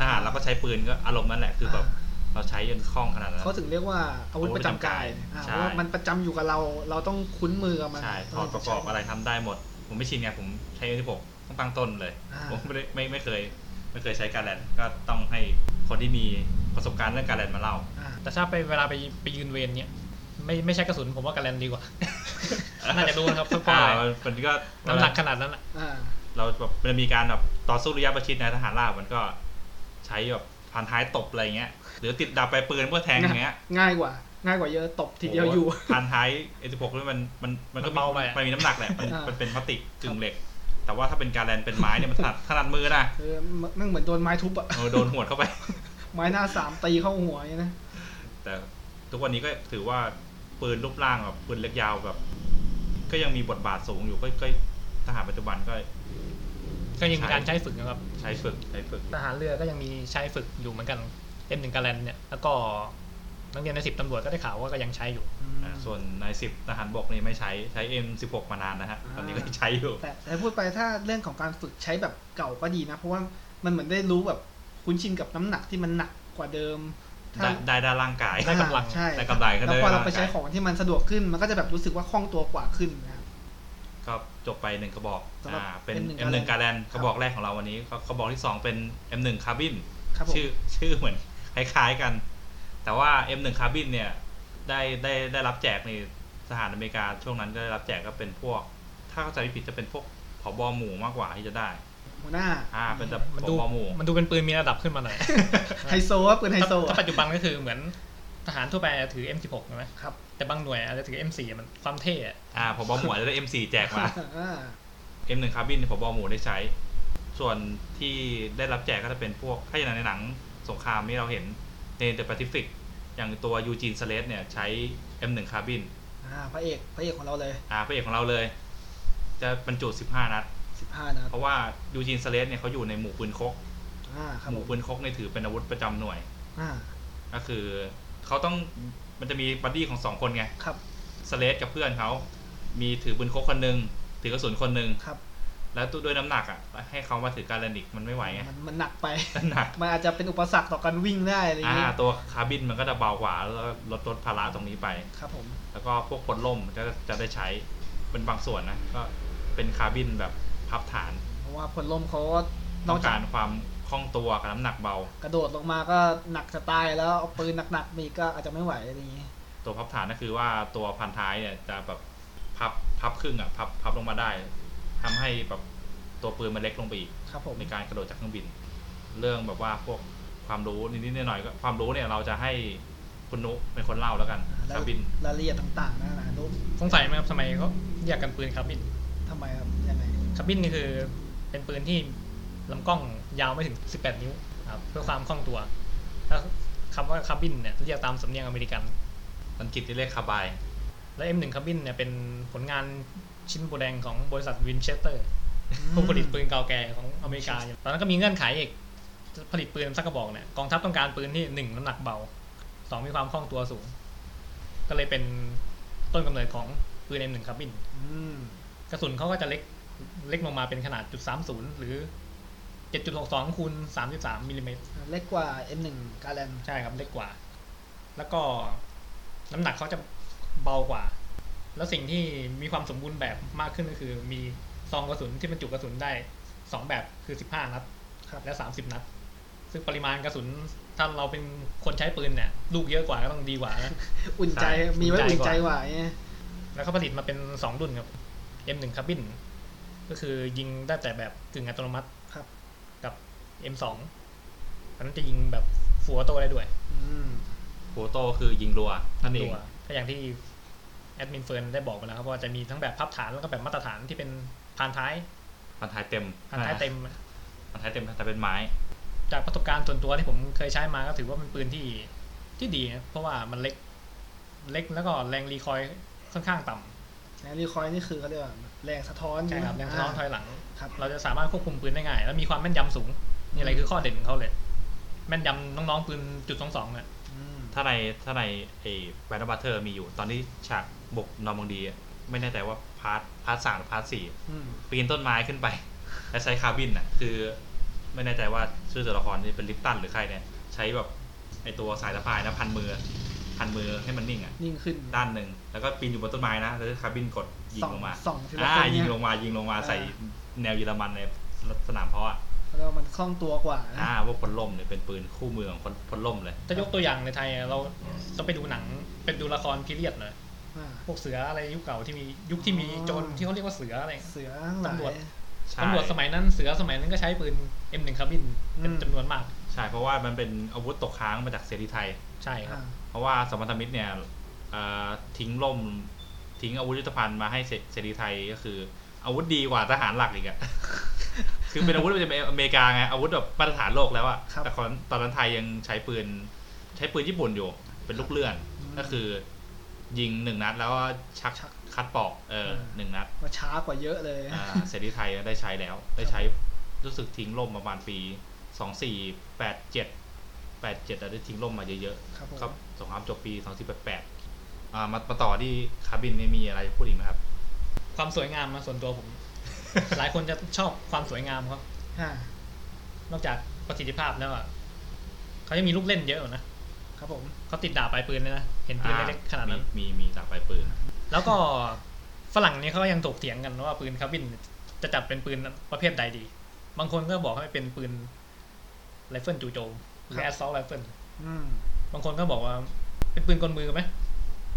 S2: ทหารเราก็ใช้ปืนก็อารมณ์นั่นแหละคือแบบเราใช้จนคล่องขนาดนั้น
S1: เขาถึงเรียกว่าอาวุธประจำกายอ่า
S2: ใช่
S1: เพราะว่ามันประจำอยู่กับเรา เราต้องคุ้นมือกับมัน
S2: ใช่ถอดประกอบอะไร
S1: ใช่
S2: ทำได้หมด ผมไม่ชินไงผมใช้ที่ผมต้องตั้งต้นเลย
S1: อ่า
S2: ผมไม่ได้ไม่ไม่เคย ไม่เคยใช้การแลนก็ต้องให้คนที่มีประสบการณ์เรื่องการแลนมาเล่า
S1: อ่า
S3: แต่ถ้าไปเวลาไปไปยืนเวรเนี่ยไม่ไม่ใช่กระสุนผมว่าการแลนดีกว่า (laughs) น่าจะรู้นะครับเพราะ
S2: อ่า
S3: ว่า
S2: มันก็
S3: น้ำหนักขนาดนั้นน่ะ
S1: อ่า
S2: เราแบบมันมีการแบบต่อสู้ระยะประชิดนะทหารราบมันก็ใช้แบบผ่านท้ายตบอะไรเงี้ย หรือติดดาบไปลายปืนเพื่อแทงอย่างเงี้ย
S1: ง่ายกว่า ง่ายกว่าเยอะตบทีเดียว
S2: โโห
S1: อยู่
S2: ผ่านท้าย A16 ด้วยมันมันมันก็
S3: เบาไปอะ
S2: มันมีน้ำหนักแหละมัน
S1: อ่ามั
S2: มันเป็นพลาสติกกึ่งเหล็ก แต่ว่าถ้าเป็นการแลนเป็นไม้เนี่ยมันถนัดถนัดมือนะ
S1: เออมันเหมือนโดนไม้ทุบอะ
S2: เออโดนหวดเข้าไป
S1: ไม้หน้าสามตีเข้าหัวอย่างนี้นะ
S2: แต่ทุกวันนี้ก็ถือว่าปืนรูปร่างแบบปืนเล็กยาวแบบ ก็ยังมีบทบาทสูงอยู่ก็ก็ทหารปัจจุบันก็
S3: ก็ยังมีการใช้ฝึกนะครับ
S2: ใช้ฝึกใช้ฝึก
S3: ทหารเรือก็ยังมีใช้ฝึกอยู่เหมือนกันเอ็มหนึ่งกาแลนเนี่ย แล้วก็นักเรียนในสิบตำรวจก็ได้ข่าวว่าก็ยังใช้อยู่
S2: อ่าส่วนนายสิบทหารบกนี่ไม่ใช้ใช้ M16 มานานนะฮะ ตอนนี้ก็ยังใช้อยู่
S1: แต่แต่พูดไปถ้าเรื่องของการฝึกใช้แบบเก่าก็ดีนะ เพราะว่ามันเหมือนได้รู้แบบคุ้นชินกับน้ำหนักที่มันหนักกว่าเดิม
S2: ได้ได้ด้านร่างกาย
S3: ได้กำลัง
S1: ใช่
S2: ได้กำไรก็ได้
S1: แล้วพอเราไป
S2: กำไร
S1: ใช้ของที่มันสะดวกขึ้น มันก็จะแบบรู้สึกว่าคล่องตัวกว่าขึ้นนะครับ
S2: ก็จบไปหนึ่งกระบอก
S1: สำหรับ
S2: อ่าเป็น
S1: M1
S2: M1 การแลน
S1: ค
S2: ก
S1: รับ
S2: ระบอกแรกของเราวันนี้ก็กระบอกที่สองเป็น M1 คาร์บิน
S1: ครับผม
S2: ชื่อ (laughs) ชื่อเหมือนคล้ายๆกัน แต่ว่า M1 Carbine เนี่ยได้ได้ได้รับแจกในสหรัฐอเมริกาช่วงนั้นก็ได้รับแจกก็เป็นพวก ถ้าเข้าใจไม่ผิดจะเป็นพวกผบหมู่มากกว่าที่จะได้
S1: หัวหน้า
S2: อ่าเป็นแบบ
S3: มัน
S2: ผ
S3: ดู
S2: บหมู่
S3: มันดูเป็นปืนมีระดับขึ้นมาหน่อย
S1: ไฮโซว่า (laughs) ปืนไฮโซ
S3: ถ้าถ้าปัจจุบันก็คือเหมือนทหารทั่วไปอาจจะถือ M16 ใช่ไหม
S1: ครับ
S3: แต่บางหน่วยอาจจะถือ M4 มันความเท่อะ
S2: อ่าผบหมู่อาจจะได้ M4 แจกมา
S1: อ่า
S2: M1 Carbine เนี่ยผบหมู่ได้ใช้ ส่วนที่ได้รับแจกก็จะเป็นพวกถ้าอย่างในหนังสงครามที่เราเห็นในเดอะแปซิฟิกอย่างตัวยูจีนสเลสเนี่ยใช้ M1 Carbine
S1: อ่าพระเอกพระเอกของเราเลย
S2: อ่าพระเอกของเราเลย จะบรรจุ 15 นัด
S1: 15นะครับ
S2: เพราะว่ายูจีนสเลสเนี่ยเขาอยู่ในหมู่ปืนคก
S1: อ่าครับ
S2: ห
S1: ผ
S2: มู่
S1: ม
S2: ปืนคกเนี่ยถือเป็นอาวุธประจำหน่วย
S1: อ่า
S2: ก็คือเขาต้องมันจะมีบัดดี้ของสองคนไง
S1: ครับ
S2: สเลสกับเพื่อนเขา มีถือปืนคกคนหนึ่งถือกระสุนคนหนึ่ง
S1: ครับ
S2: แล้วด้วยน้ำหนักอ่ะให้เขามาถือการแลนดิกมันไม่ไหวไง
S1: มันมันหนักไป
S2: น้ำหนัก
S1: มันอาจจะเป็นอุปสรรคต่อการวิ่งได้อะไรอย่าง
S2: อ่า
S1: เงี้ย
S2: ตัวคาร์บินมันก็จะเบากว่าแล้วก็ลดลดภาระตรงนี้ไป
S1: ครับผม
S2: แล้วก็พวกพลล่มก็จะได้ใช้เป็นบางส่วนนะก็เป็นคาร์บินแบบพับฐาน
S1: เพราะว่าพลลมเขาก็ น
S2: ต้
S1: อ
S2: อก
S1: จาก
S2: งาก รความคล่องตัวกับน้ำหนักเบา
S1: กระโดดลงมาก็หนักจะตายแล้วเอาปืนหนักๆมีก็อาจจะไม่ไหวอะไรอย่างงี้
S2: ตัวพับฐานก็คือว่าตัวพันท้ายเนี่ยจะแบบพับพับครึ่งอ่ะพับพับลงมาได้ทำให้แบบตัวปืนมันเล็กลงไปอีก
S1: ครับผม
S2: ในการกระโดดจากเครื่องบิน เรื่องแบบว่าพวกความรู้นิดๆหน่อยๆก็ความรู้เนี่ยเราจะให้คุณนุเป็นคนเล่าแล้วกัน
S1: อ่าแล้ว
S2: คาบิน
S1: รายละเอียดต่างๆนะนะนุ๊ก
S3: สงสัยไหมครับทำไมเขาเรียกกันปืนคาร์บิน
S1: ทำไมครับยังไง
S3: คาร์บินนี่คือเป็นปืนที่ลำกล้องยาวไม่ถึง 18 นิ้วครับเพื่อความคล่องตัวแล้วคำว่าคาร์บินเนี่ยเรียกตามสำเนียงอเมริกัน
S2: อังกฤษที่เรียกคาบาย
S3: และ M1 คาร์บินเนี่ยเป็นผลงานชิ้นโบแดงของบริษัทวินเชสเตอร์ ผู้ผลิตปืนเก่าแก่ของอเมริกาอยู่ตอนนั้นก็มีเงื่อนไขอีกจะผลิตปืนสักกระบอกเนี่ยกองทัพต้องการปืนที่หนึ่งน้ำหนักเบาสองมีความคล่องตัวสูง ก็เลยเป็นต้นกำเนิดของปืน M1 คาร์บิน
S1: อืม
S3: กระสุนเขาก็จะเล็กเล็กลงมาเป็นขนาดจุดสามศูนย์หรือเจ็ดจุดหกสองคูณสามสิบสามมิลลิเมตร
S1: เล็กกว่า M1 กาแลน
S3: ใช่ครับเล็กกว่า แล้วก็น้ำหนักเขาจะเบากว่า แล้วสิ่งที่มีความสมบูรณ์แบบมากขึ้นก็คือมีซองกระสุนที่บรรจุกระสุนได้สองแบบคือสิบห้านัด
S1: ครับ
S3: และ 30 นัด ซึ่งปริมาณกระสุน ถ้าเราเป็นคนใช้ปืนเนี่ย ลูกเยอะกว่าก็ต้องดีกว่านะ
S1: อุ่นใจมีไว้
S3: อุ่
S1: อุ่น
S3: น
S1: ใจ
S3: ใจ
S1: ก
S3: ก
S1: ว่า
S3: ว่า
S1: ไง
S3: แล้วเขาผลิตมาเป็น 2 รุ่นครับ M1 คาร์บิน ก็คือยิงได้แต่แบบกึ่งอัตโนมัติ
S1: ครับ
S3: กับ M2 อันนั้นจะยิงแบบฟัวโตได้ด้วย
S1: อืม
S2: โคโตคือยิงรัวนั่นเอง
S3: ตัวก็อย่างที่แอดมินเฟิร์นได้บอกไปแล้วครับว่าจะมีทั้งแบบพับฐานแล้วก็แบบมาตรฐานที่เป็นพานท้าย
S2: พันท้ายเต็ม
S3: พานท้ายเต็ม
S2: พันท้ายเต็มพันท้ายเป็นไม้
S3: จากประสบการณ์ส่วนตัวที่ผมเคยใช้มาก็ถือว่าเป็นปืนที่ที่ดีนะเพราะว่ามันเล็กเล็กแล้วก็แรงรีคอยล์ค่อนข้างต่
S1: แรงรีคอยล์นี่คือเขาเรียกว่าแรงสะท้อน
S3: ำใช่ครับแรงสะท้อนถ
S1: า
S3: อยหลัง
S1: ครับ
S3: เราจะสามารถควบคุมปืนได้ง่าย แล้วมีความแม่นยำสูง นี่อะไรคือข้อเด่นของเขาเลย แม่นยำน้องๆปืนจุดสองสองเนี่ย
S1: อืม
S2: ถ้าในถ้าในไอ้แบนด์บัตเทอร์มีอยู่ ตอนที่ฉากบุกนอร์มังดีอะไม่แน่ใจว่าพาร์ทพาร์ทสามหรือพาร์ทสี่
S1: อืม
S2: ปีนต้นไม้ขึ้นไป และใช้คาร์บินอ่ะ คือ ไม่แน่ใจว่าชื่อตัวละครนี่เป็นลิปตันหรือใครเนี่ย ใช้แบบไอ้ตัวสายสะพายนะพันมือพันมือให้มันนิ่งอ่ะ
S1: นิ่งขึ้น
S2: ด้านหนึ่งแล้วก็ปีนอยู่บนต้นไม้นะแล้วคาร์บินกดยิง
S1: ส่อง
S2: ลงมา
S1: ส่องทีละ
S2: อ่า
S1: คน
S2: ยิ
S1: เนี่
S2: ง
S1: ย
S2: ลงมายิงลงมา
S1: อ่า
S2: ใส่แนวเยอรมันในสนามเพาะอะ
S1: แล้วมันคล่องตัวกว่านะ
S2: อ่าพวกพลล่มเนี่ยเป็นปืนคู่มือของพลพลล่มเลย
S3: ถ้ายกตัวอย่างในไทยอะเราต้องไปดูหนังเป็นดูละครพีเรียดหน่อย
S1: อ่า
S3: พวกเสืออะไรยุคเก่าที่มียุคที่มี
S1: อ๋อ
S3: โจรที่เขาเรียกว่าเสืออะไร
S1: เสือทั้งหลาย
S3: ตำรวจ
S2: ใช่
S3: ตำรวจสมัยนั้นเสือสมัยนั้นก็ใช้ปืน M1 คาร์บินเป็น
S1: อืม
S3: จำนวนมาก
S2: ใช่เพราะว่ามันเป็นอาวุธตกค้างมาจากเสรีไทย
S3: ใช่ครับ
S1: อ่า
S2: เพราะว่าสมพันธมิตรเนี่ยเอ่อทิ้งล่มทิ้งอาวุธยุทโธภัณฑ์มาให้เสเสรีไทยก็คือ อาวุธดีกว่าทหารหลักอีกอะ (laughs) คือเป็นอาวุธประจำอเมริกาไงอาวุธแบบมาตรฐานโลกแล้วอะ
S1: ครับ
S2: แต่ตอนตอนนั้นไทยยังใช้ปืน ใช้ปืนญี่ปุ่นอยู่ เป็นลูกเลื่อน
S1: อืม
S2: ก็คือ ยิงหนึ่งนัดแล้วก็ชัก
S1: ชัก
S2: คัดปอกเอออ
S1: ม
S2: หนึ่งนัด
S1: ก็ช้ากว่าเยอะเลย
S2: อ่าเสรีไทยได้ใช้แล้ว ได้ใช้รู้สึกทิ้งล่มประมาณปีสองสี่แปดเจ็ดแปดเจ็ดได้ทิ้งล่มมาเยอะๆ
S1: ครับผม
S2: ครับสงครามจบปี 2018อ่ามามาต่อที่คาร์บินนี่มีอะไรพูดอีกไหมครับ
S3: ความสวยงามมาส่วนตัวผม หลายคนจะชอบความสวยงามครับ
S1: อ่าน
S3: อกจากประสิทธิภาพแล้วอ่ะเขายังมีลูกเล่นเยอะอยู่นะครับ
S1: ผม
S3: เขาติดดาบปลายปืนเลยนะ เห็นปืนเล็กๆขนาดนั้น
S2: มี มีมีดาบปลายปืน
S3: แล้วก็ฝรั่งนี่เขายังถกเถียงกันว่าปืนคาร์บินจะจัดเป็นปืนประเภทใดดี บางคนก็บอกให้เป็นปืนไรเฟิลจู่โจมหรือแอสซอลไรเฟิล
S1: อืม
S3: บางคนก็บอกว่าเป็นปืนกลมือไหม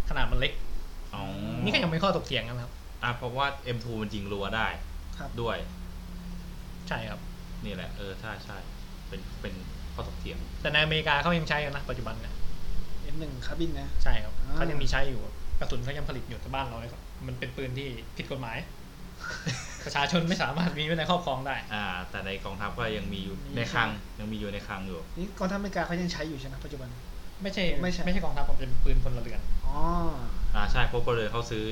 S3: ขนาดมันเล็ก
S2: อ๋อ
S3: นี่ก็ยังเป็นข้อถกเถียงกันครับ
S2: อ่าเพราะว่า M2 มันยิงรัวได้
S1: ครับ
S2: ด้วย
S3: ใช่ครับ
S2: นี่แหละ เออ ใช่ใช่เป็น เป็นข้อถกเถียง
S3: แต่ในอเมริกาเขายังใช้กันนะปัจจุบันเนี่ย
S1: เอ็มหนึ่งคาร์บินนะ
S3: ใช่ครับ
S1: อ่า
S3: เขายังมีใช้อยู่กระสุนเขายังผลิตอยู่แต่บ้านเราเนี่ยมันเป็นปืนที่ผิดกฎหมาย (laughs) ประชาชนไม่สามารถมีไว้ในครอบครองได้
S2: อ่า แต่ในกองทัพก็ยังมีอยู่
S1: มี
S2: ในคลัง ยังมีอยู่ในคลังอยู่
S1: นี่กองทัพอเมริกาเขายังใช้อยู่ใช่ไหมปัจจุบัน
S3: ไม่ใช่
S1: ไม่
S3: ไม่
S1: ใช่
S3: ใช่ไม่ใช่กองทัพผมเป็นปืนพลเรือน
S1: อ๋อ
S2: อ่า ใช่ เพราะพลเรือนเขาซื้อ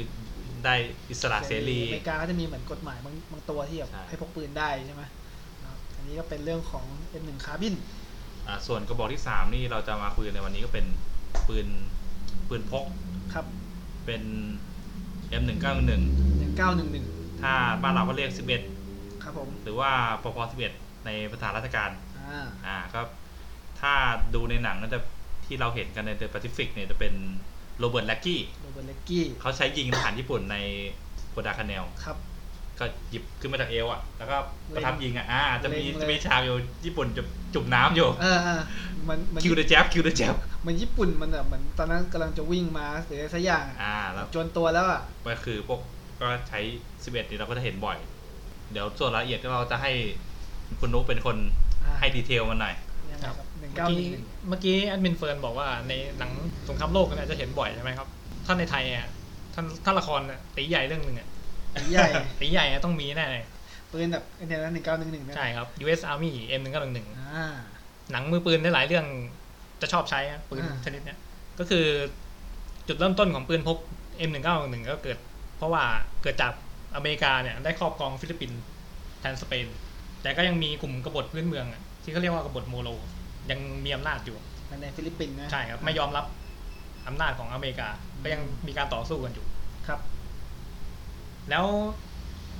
S2: ได้อิสระเสรี
S1: อเมริกาก็จะมีเหมือนกฎหมายบางบางตัวที่แบบ
S2: ใช่
S1: ให้พกปืนได้ใช่ไหมครับอันนี้ก็เป็นเรื่องของ M1 คาร์บิน
S2: อ่า ส่วนกระบอกที่ 3 นี่เราจะมาคุยกันในวันนี้ก็เป็นปืน ปืนพก
S1: ครับ
S2: เป็น M191
S1: 1911
S2: ถ้าบ้านเราก็เรียก 11
S1: ครับผม
S2: หรือว่าปพ11ในภาษาราชการ
S1: อ่า
S2: อ่าก็ถ้าดูในหนังก็จะที่เราเห็นกันในเดอะแปซิฟิกเนี่ยจะเป็นโรเบิร์ตแล็กกี้
S1: โรเบิร์ตเลกกี้
S2: เขาใช้ยิงทหารญี่ปุ่นในโกดาคาแนล
S1: ครับ
S2: ก็หยิบขึ้นมาจากเอวอ่ะ แล้วก็ประทับยิงอ่ะอ่าจะมี
S1: เล็งเลย
S2: จะมีฉากอยู่ญี่ปุ่นจะจุ่มน้ำอยู่
S1: เออเออมันมัน
S2: คิวเดอะแจ๊บคิวเดอะแจ๊บ
S1: มันญี่ปุ่นมันแบบเหมือนตอนนั้นกำลังจะวิ่งมาหรืออะไรสักอย่างอะ
S2: อ่าแล้ว
S1: จวนตัวแล้วอ่ะ
S2: ก็คือพวกก็ใช้ 11 นี่เราก็จะเห็นบ่อย เดี๋ยวส่วนรายละเอียดก็เราจะให้คุณนุกเป็นคน
S1: อ่า
S2: ให้ดีเทลมันหน่อย
S1: ยังไงครับหนึ่ง
S3: เมื่
S1: เก้า
S3: อ
S1: ห
S3: กี้
S1: นึ่ง
S3: เมื่อกี้แอดมินเฟิร์นบอกว่าในหนังสงครามโลกเนี่ยจะเห็นบ่อยใช่ไหมครับ ถ้าในไทยอ่ะท่านถ้าละครน่ะตีใหญ่เรื่องหนึ่งอ่ะ
S1: ใหญ่
S3: ตีใหญ่อะต้องมีแน่เลย
S1: ปืนแบบไอ้เนี่ยนะหนึ่งเก้าหนึ่งหนึ่งนะ
S3: ใช่ครับ U.S. Army M1911
S1: อ่า
S3: หนังมือปืนหลายๆเรื่องจะชอบใช้อะปืน
S1: อ่า
S3: ชนิดเนี้ยก็คือจุดเริ่มต้นของปืนพก M1911 ก็เกิด เพราะว่าเกิดจากอเมริกาเนี่ยได้ครอบครองฟิลิปปินส์แทนสเปน แต่ก็ยังมีกลุ่มกบฏพื้นเมืองอะที่เขาเรียกว่ากบฏโมโล ยังมีอำนาจอยู่
S1: ในฟิลิปปินส์นะ
S3: ใช่ครับ ไม่ยอมรับอำนาจของอเมริกา
S1: อืม
S3: ก็ยังมีการต่อสู้กันอยู่
S1: ครับ
S3: แล้ว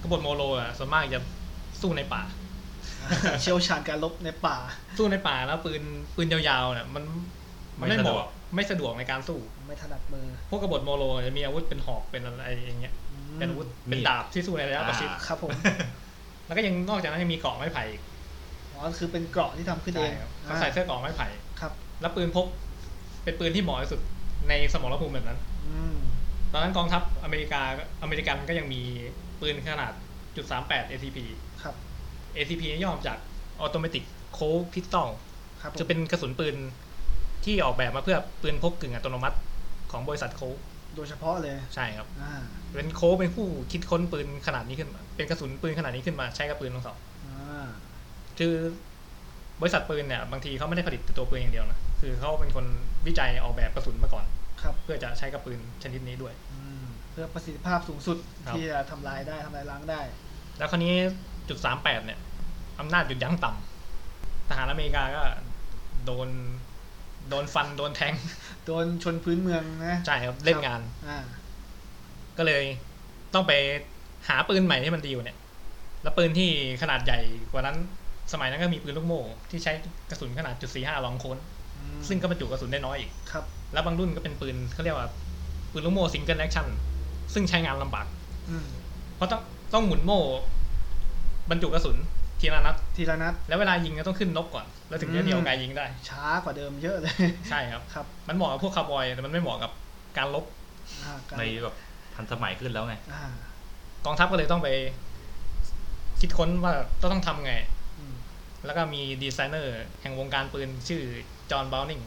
S3: กบฏโมโลอ่ะส่วนมากจะสู้ในป่า
S1: (laughs) เชี่ยวชาญการลบในป่า
S3: สู้ในป่าแล้วปืนปืนยาวๆเนี่ยมันมันไม่
S2: ไม่สะ
S3: เห
S2: ดวก
S3: มาะไม่สะดวกในการสู้
S1: ไม่ถนัดมือ
S3: พวกกบฏโมโลจะมีอาวุธเป็นหอกเป็นอะไรอย่างเงี้ย
S1: อืม
S3: เป็นอาวุธ
S2: มีด
S3: เป็นดาบที่สู้ในระยะประชิด
S2: อ่า
S1: ครับ
S3: (laughs)
S1: ผม
S3: แล้วก็ยังนอกจากนั้นยังมีเกราะไม้ไผ่อีก
S1: อ๋อคือเป็นเกราะที่ทำขึ้นเอ
S3: ใช่
S1: ง
S3: ครับเขาใส่เสื้อเกราะไม้ไผ่
S1: ครับ
S3: แล้วปืนพก เป็นปืนที่เหมาะที่สุดในสมรภูมิแบบนั้น
S1: อืม
S3: ตอนนั้นกองทัพอเมริกาก็อเมริกันก็ยังมีปืนขนาดจุดสามแปด ATP
S1: ครับ
S3: ACP เนี่ยย่อมาจาก Automatic Colt Pistol
S1: ครับผม
S3: จะเป็นกระสุนปืนที่ออกแบบมาเพื่อปืนพกกึ่งอัตโนมัติของบริษัทโคล
S1: โดยเฉพาะเลย
S3: ใช่ครับ
S1: อ่า
S3: เป็นโคลเป็นผู้คิดค้นปืนขนาดนี้ขึ้นมา เป็นกระสุนปืนขนาดนี้ขึ้นมาใช้กับปืนทั้งสอง
S1: อ่า
S3: คือบริษัทปืนเนี่ยบางทีเขาไม่ได้ผลิตแต่ตัวปืนอย่างเดียวนะ คือเขาเป็นคนวิจัยออกแบบกระสุนมาก่อน
S1: ครับ
S3: เพื่อจะใช้กับปืนชนิดนี้ด้วย
S1: อืมเพื่อประสิทธิภาพสูงสุด
S3: ครับ
S1: ที่จะทำลายได้ทำลายล้างได้
S3: แล้วคราวนี้จุดสามแปดเนี่ยอำนาจหยุดยั้งต่ำทหารอเมริกาก็โดนโดนฟันโดนแทง
S1: โดนชนพื้นเมืองนะ
S3: ใช่ครับเล่นงาน
S1: อ่า
S3: ก็เลยต้องไปหาปืนใหม่ที่มันดีอยู่เนี่ย แล้วปืนที่ขนาดใหญ่กว่านั้น สมัยนั้นก็มีปืนลูกโม่ที่ใช้กระสุนขนาดจุดสี่ห้าลองโค้น
S1: อืม
S3: ซึ่งก็บรรจุกระสุนได้น้อยอีก
S1: ครับ
S3: แล้วบางรุ่นก็เป็นปืนเขาเรียกว่า ปืนลูกโม่ซิงเกิลแอคชั่น ซึ่งใช้งานลำบาก
S1: อืม
S3: เพราะต้องต้องหมุนโม่บรรจุกระสุนทีละนัด
S1: ทีละนัด
S3: แล้วเวลายิงก็ต้องขึ้นนกก่อน แล้วถึง
S1: อื
S3: จะ
S1: ม
S3: เดียวไกลยิงได้
S1: ช้ากว่าเดิมเยอะเลย (laughs)
S3: ใช่ครับ
S1: ครับ
S3: มันเหมาะกับพวกคาร์บอยแต่มันไม่เหมาะกับการลบ
S1: อ่าการ
S2: ในแบบทันสมัยขึ้นแล้วไง
S1: อ่าก
S3: องทัพก็เลยต้องไป คิดค้นว่าต้องต้องทำไง
S1: อืม
S3: แล้วก็มีดีไซเนอร์แห่งวงการปืนชื่อจอห์นบาวนิง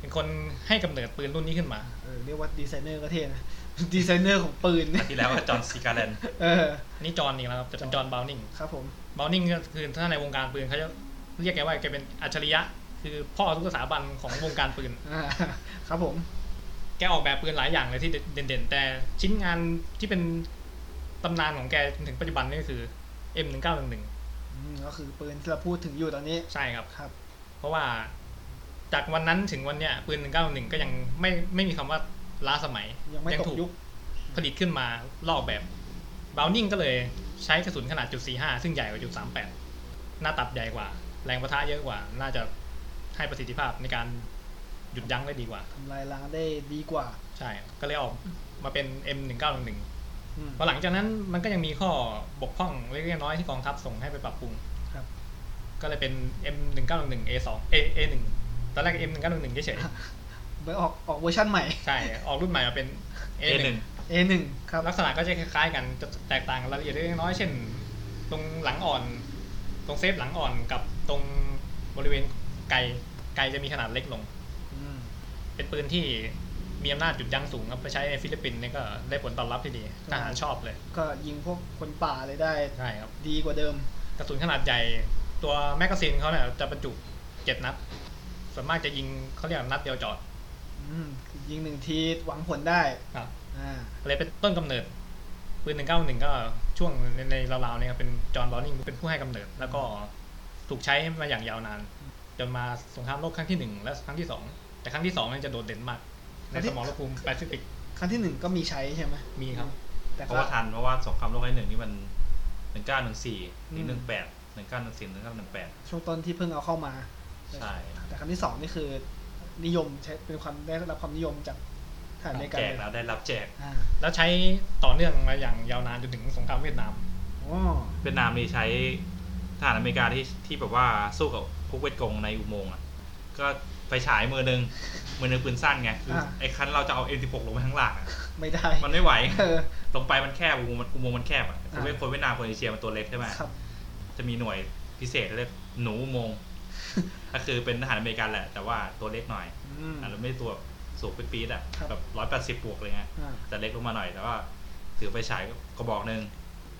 S3: เป็นคนให้กำเนิดปืนรุ่นนี้ขึ้นมา
S1: เออเรียกว่าดีไซเนอร์ก็เท่นะ (laughs) ดีไซเนอร์ของปืน (laughs) เนี่ย
S2: ที่แล้วก็จอห์นซีการแลน
S1: เออ
S3: อันนี้จอห์นนี่นะครับจะเป็นจอห์นบาวนิง
S1: ครับผม
S3: บาวนิงก็คือถ้าในวงการปืนเขาจะเรียกแกว่าแกเป็นอัจฉริยะ คือพ่อทุกสถาบันของวงการปืน
S1: อ่า (laughs) ครับผม
S3: แกออกแบบปืนหลายอย่างเลยที่เด่นๆ แต่ชิ้นงานที่เป็นตำนานของแกจนถึงปัจจุบันนี่ก็คือ M1911
S1: อืมก็คือปืนที่เราพูดถึงอยู่ตอนนี้
S3: ใช่ครับ
S1: ครับ
S3: เพราะว่าจากวันนั้นถึงวันเนี้ยปืน 191 ก็ยังไม่ไม่มีคำว่าล้าสมัย
S1: ยังไม่ต
S3: ถู
S1: ก
S3: ก
S1: ยุค
S3: ผลิตขึ้นมาลอกแบบบาวนิงก็เลยใช้กระสุนขนาดจุด45 ซึ่งใหญ่กว่าจุด38 หน้าตัดใหญ่กว่า แรงประทะเยอะกว่า น่าจะให้ประสิทธิภาพในการหยุดยั้งได้ดีกว่า
S1: ทำลายล้างได้ดีกว่า
S3: ใช่ ก็เลยออกมาเป็น M1911
S1: อืม
S3: พอหลังจากนั้นมันก็ยังมีข้อบกพร่องเล็กๆน้อยๆที่กองทัพส่งให้ไปปรับปรุง
S1: ครับ
S3: ก็เลยเป็น M1911 A2 A A1 ตอนแรก M1911 เฉย
S1: ไปออกออกเวอร์ชั่นใหม่
S3: ๆ ใช่ ออกรุ่นใหม่มาเป็น
S2: เอห
S3: A1
S2: นึ่ง
S1: A1 ครับ
S3: ลักษณะก็จะคล้ายๆกันจะแตกต่างรายละเอียดเล็กน้อยเช่น ตรงหลังอ่อน ตรงเซฟหลังอ่อนกับตรงบริเวณไกลไกลจะมีขนาดเล็กลง
S1: อืม
S3: เป็นปืนที่มีอำนาจจุดยั้งสูงครับไปใช้ในฟิลิปปินส์เนี่ยก็ได้ผลตอบรับที่ดีทหารชอบเลย
S1: ก็ยิงพวกคนป่าเลยได้
S3: ใช่ครับ
S1: ดีกว่าเดิม
S3: กระสุนขนาดใหญ่ ตัวแมกกาซีนเขาเนี่ยจะบรรจุเจ็ดนัดส่วนมากจะยิงเขาเรียกว่านัดเดียวจอด
S1: อืมยิงหนึ่งทีหวังผลได้
S3: ครับ
S1: อ่า
S3: เลยเป็นต้นกำเนิดปืนหนึ่งเก้าหนึ่งก็ช่วงในในราวๆเนี่ยครับเป็นจอห์นบอลนิงเป็นผู้ให้กำเนิด แล้วก็ถูกใช้มาอย่างยาวนาน จนมาสงครามโลกครั้งที่หนึ่งและครั้งที่สองแต่ครั้งที่สองเนี่ยจะโดดเด่นมากในสมรภูมิแปซิฟิก
S1: ครั้งที่หนึ่งก็มีใช้ใช่ไหม
S3: มีครับ
S1: แต่
S2: เพ
S1: ก็
S2: ราะว่าทันเพราะว่าสงครามโลกครั้งที่หนึ่งนี่มันหนึ่งเก้าหนึ่งสี่หนึ่งแปดหนึ่งเก้าหนึ่งสี่หนึ่งเก้าหนึ่งแปด
S1: ช่วงต้นที่เพิ่งเอาเข้ามา
S2: ใช่
S1: แต่ครั้งที่สองนี่คือนิยมใช้เป็นความได้รับความนิยมจากทหารอเมริกัน
S2: แจก
S1: เลย
S2: แล้วได้รับแจก
S1: อ่า
S3: แล้วใช้ต่อเนื่องมาอย่างยาวนานจนถึงสงครามเวียดนาม
S1: อ๋อ
S2: เวียดนามนี่ใช้ทหารอเมริกาที่ที่แบบว่าสู้กับพวกเวทกงในอุโมงค์อ่ะก็ไปฉายมือหนึ่งมือหนึ่งปืนสั้นไงคืออา ไอ้คันเราจะเอา M16 ลงไปข้างล่างอะ
S1: ไม่ได้
S2: มันไม่ไหว
S1: เออ
S2: ลงไปมันแคบอุโมงค์มันอุโมงค์มันแคบอ่ะคือเวท
S1: อ่า
S2: คนเวียดนามคนเอเชียมันตัวเล็กใช่ไหม
S1: ครับ
S2: จะมีหน่วยพิเศษเรียกหนูอุโม
S1: (laughs)
S2: งค์ ก็คือเป็นทหารอเมริกันแหละ แต่ว่าตัวเล็กหน่อย
S1: อืม
S2: อ่ะแล้วไม่ได้ตัวสูงปี๊ดๆอ่ะ
S1: ครับ
S2: แบบร้อยแปดสิบ180บวกเลยไง
S1: อ่า
S2: แต่เล็กลงมาหน่อยแต่ว่าถือไฟฉายกระบอกหนึ่ง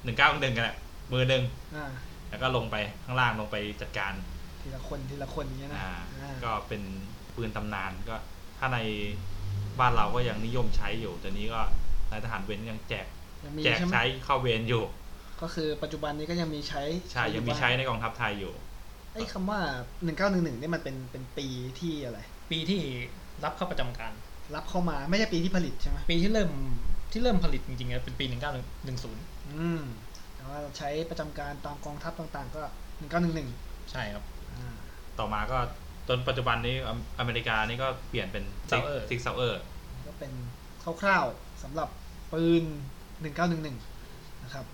S2: หนึ่งเก้าหนึ่งกันแหละมือหนึ่ง
S1: อ่า
S2: แล้วก็ลงไปข้างล่างลงไปจัดการ
S1: ทีละคนทีละคนอย่างเงี้ยนะ
S2: อ่า
S1: อ่า
S2: ก็เป็นปืนตำนานก็ถ้าในบ้านเราก็ยังนิยมใช้อยู่แต่นี้ก็นายทหารเวนยังแจก
S1: ยังมี
S2: แจก
S1: ใช่ไหม
S2: ใช้เข้าเวนอยู่
S1: ก็คือปัจจุบันนี้ก็ยังมีใช้
S2: ใช่ยังมี
S1: อบ้า
S2: ใช้ในกองทัพไทยอยู่
S1: ไอ้คำว่าหนึ่งเก้าหนึ่งหนึ่งนี่ยมันเป็นเป็นปีที่อะไร
S3: ปีที่รับเข้าประจำการ
S1: รับเข้ามาไม่ใช่ปีที่ผลิตใช่ไหม
S3: ปีที่เริ่มที่เริ่มผลิตจริงๆนะเป็นปี 1910
S1: อืมแต่ว่าใช้ประจำการตามกองทัพต่างๆ ก็หนึ่งเก้าหนึ่งหนึ่ง
S3: ใช่ครับ
S1: อ่า
S2: ต่อมาก็จนปัจจุบันนี้อเมอเมริกานี่ก็เปลี่ยนเป็น
S3: Sauer
S2: ซิกเซเออร์
S1: ก็เป็นคร่าวๆสำหรับปืน 1911 นะครับ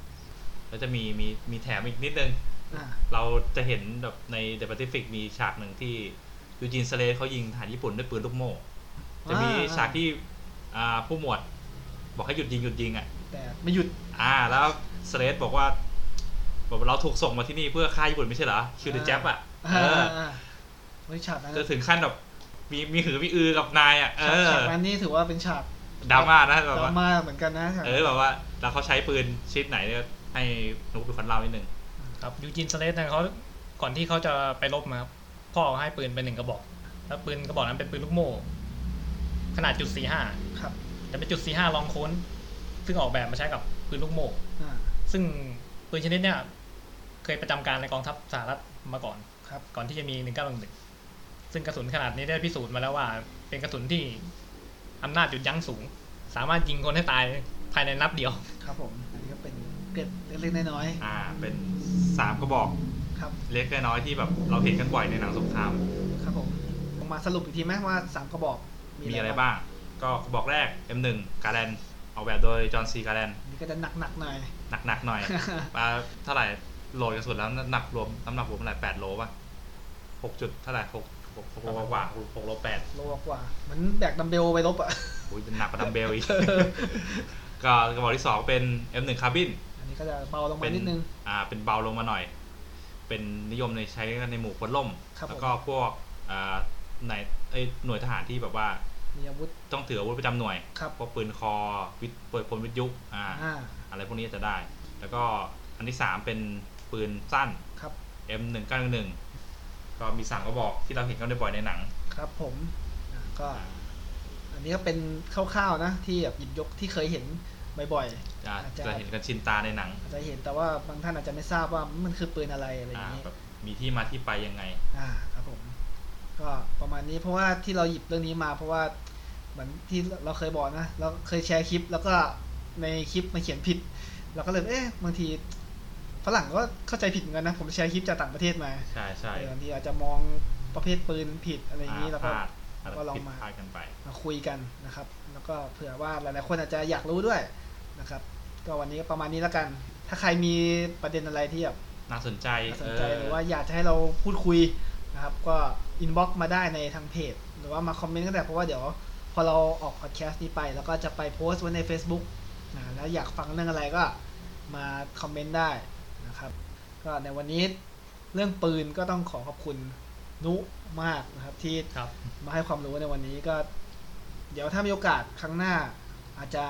S2: แล้วจะมีมีมีแถมอีกนิดนึง
S1: อ่า
S2: เราจะเห็นแบบใน The Pacific มีฉากหนึ่งที่ยูจินเซเลสเขายิงทหารญี่ปุ่นด้วยปืนลูกโม่ จะมี
S1: อ่า
S2: ฉากที่อ่าผู้หมวด บอกให้หยุดยิงหยุดยิงอ่ะ
S1: แต่ไม่หยุด
S2: อ่า แล้วเซเลสบอกว่าบอกเราถูกส่งมาที่นี่เพื่อฆ่าญี่ปุ่นไม่ใช่เหรอ คิวเดอะ
S1: อ่า
S2: แจ็บอ่ะ เอ
S1: อ่า
S2: อ
S1: อ่าเฮ้ยฉากนั้น
S2: จะถึงขั้นแบบมีมีหือมีอือกับนายอ่ะ เอ
S1: ฉาก
S2: อ
S1: ฉากนั้นนี่ถือว่าเป็นฉาก
S2: ดราม่านะแบ
S1: ด
S2: บ
S1: รา
S2: ว่า
S1: ม่าเหมือนกันนะฉาก
S2: เออแบบว่าแล้วเขาใช้ปืนชนิดไหนเนี่ยให้นุ๊กเป็นคนเล่านิดนึง
S3: ครับยูจินสเลสนะเขาก่อนที่เขาจะไปรบนะครับพ่อเขาให้ปืนไปหนึ่งกระบอก แล้วปืนกระบอกนั้นเป็นปืนลูกโม่ขนาดจุดสี่ห้า
S1: ครับ
S3: แต่เป็นจุดสี่ห้าลองโค้นซึ่งออกแบบมาใช้กับปืนลูกโม่
S1: อ่า
S3: ซึ่งปืนชนิดเนี้ยเคยประจำการในกองทัพสหรัฐมาก่อน
S1: ครับ
S3: ก่อนที่จะมี 1911 ซึ่งกระสุนขนาดนี้ได้พิสูจน์มาแล้วว่า เป็นกระสุนที่อำนาจหยุดยั้งสูง สามารถยิงคนให้ตายภายในนัดเดียว
S1: ครับผม อันนี้ก็เป็นเกร็ดเล็กๆน้อย
S2: อ่า เป็นสามกระบอก
S1: ๆ ครับ
S2: เล็กน้อยๆที่แบบเราเห็นกันบ่อยในหนังสงคราม
S1: ครับผมลงมาสรุปอีกทีไหมว่าสามกระบอก
S2: มีอะไรบ้าง ก็กระบอกแรก M1 กาแลนออกแบบโดยจอห์นซีกาแลน
S1: อันนี่ก็จะหนักๆหน่อย
S2: หนักๆหน่ (laughs) อย ปลาเท่าไหร่โหลดกระสุนแล้วน้ำหนักรวมน้ำหนักรวมเท่าไหร่แปดโลป่ะหกจุดเท่าไหร่หกหกหกโลกว่าหกหกโลแปด
S1: โลกว่าเหมือนแบกดัมเบลไปลบอ่ะ (laughs)
S2: โอ้ยหนักกว่าดัมเบล (laughs) อีก ก็กระบอกที่สองเป็น M1 คาร์บิน
S1: อันนี้ก็จะเบาลง
S2: เป็
S1: มานิดนึง
S2: อ่าเป็นเบาลงมาหน่อย เป็นนิยมในใช้ในหมู่คนล่ม
S1: ครับผม
S2: แล้วก็พวกอ่าในเอ้ยหน่วยทหารที่แบบว่า
S1: มีอาวุธ
S2: ต้องถืออาวุธประจำหน่วย
S1: ครับ
S2: พวกปืนคอวิทย์ปืนพลวิทยุอ่า
S1: อ่า
S2: อะไรพวกนี้จะได้ แล้วก็อันที่สามเป็นปืนสั้น
S1: ครับ
S2: M1911 ก็มีสามกระบอกที่เราเห็นกันบ่อยๆในหนัง
S1: ครับผมอ่ะก็ อันนี้ก็เป็นคร่าวๆนะที่แบบหยิบยกที่เคยเห็นบ่อย
S2: จะ
S1: อาจจะ
S2: จะเห็นกันชินตาในหนัง
S1: ๆอาจจะเห็นแต่ว่าบางท่านอาจจะไม่ทราบว่ามันคือปืนอะไรอะไรอ
S2: อ่า
S1: ย่างนี้
S2: แบบมีที่มาที่ไปยังไง
S1: อ่าครับผม ก็ประมาณนี้เพราะว่าที่เราหยิบเรื่องนี้มา เพราะว่าเหมือนที่เราเคยบอกนะเราเคยแชร์คลิป แล้วก็ในคลิปมันเขียนผิด เราก็เลยเอ๊ะบางทีฝรั่งก็เข้าใจผิดเหมือนกันนะผมแชร์คลิปจากต่างประเทศมา
S2: ใช่ใช่
S1: เออบางทีอาจจะมองประเภทปืนผิดอะไรอย่างนี้แล้ว
S2: พ
S1: ก็
S2: ลาด
S1: แล้วก็ลอง
S2: ผิด
S1: มา
S2: พลาดกันไป
S1: มาคุยกันนะครับ แล้วก็เผื่อว่าหลายๆคนอาจจะอยากรู้ด้วยนะครับ ก็วันนี้ก็ประมาณนี้แล้วกัน ถ้าใครมีประเด็นอะไรที่แบบ
S2: น่าสนใจ
S1: น่าสนใจ
S2: เ
S1: หรือว่าอยากจะให้เราพูดคุยนะครับ ก็อินบ็อกซ์มาได้ในทางเพจ หรือว่ามาคอมเมนต์ก็ได้เพราะว่าเดี๋ยว พอเราออกพอดแคสต์นี้ไป แล้วก็จะไปโพสต์ไว้ใน Facebook นะแล้วอยากฟังเรื่องอะไรก็มาคอมเมนต์ได้นะครับ ก็ในวันนี้เรื่องปืนก็ต้องขอขอบคุณนุมากนะครับที่
S3: ครับ
S1: มาให้ความรู้ในวันนี้ก็ เดี๋ยวถ้ามีโอกาสครั้งหน้า อาจจะ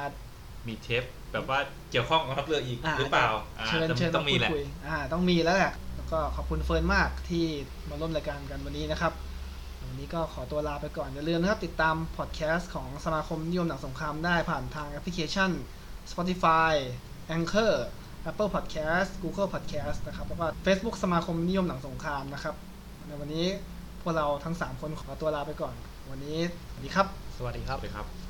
S2: มีเทปแบบว่าเกี่ยวข้องกับทัพเรืออีก
S1: อ่า
S2: หรือเปล่าอ่า
S1: เชิญ
S2: ต้อง
S1: เชิญ
S2: ต้องมีแหละ
S1: าพูดคุยอ่า ต้องมีแล้วแหละแล้วก็ขอบคุณเฟิร์นมากที่มาร่วมรายการกันวันนี้นะครับ วันนี้ก็ขอตัวลาไปก่อน อย่าลืมนะครับติดตามพอดแคสต์ของสมาคมนิยมหนังสงครามได้ผ่านทางแอปพลิเคชัน Spotify Anchor Apple Podcast Google Podcast นะครับ แล้วก็ Facebook สมาคมนิยมหนังสงครามนะครับ ในวันนี้พวกเราทั้ง 3 คนขอตัวลาไปก่อน วันนี้สวัสดีครับ
S3: สวัสดีครั
S2: ส
S3: บ
S2: วัสดีครับ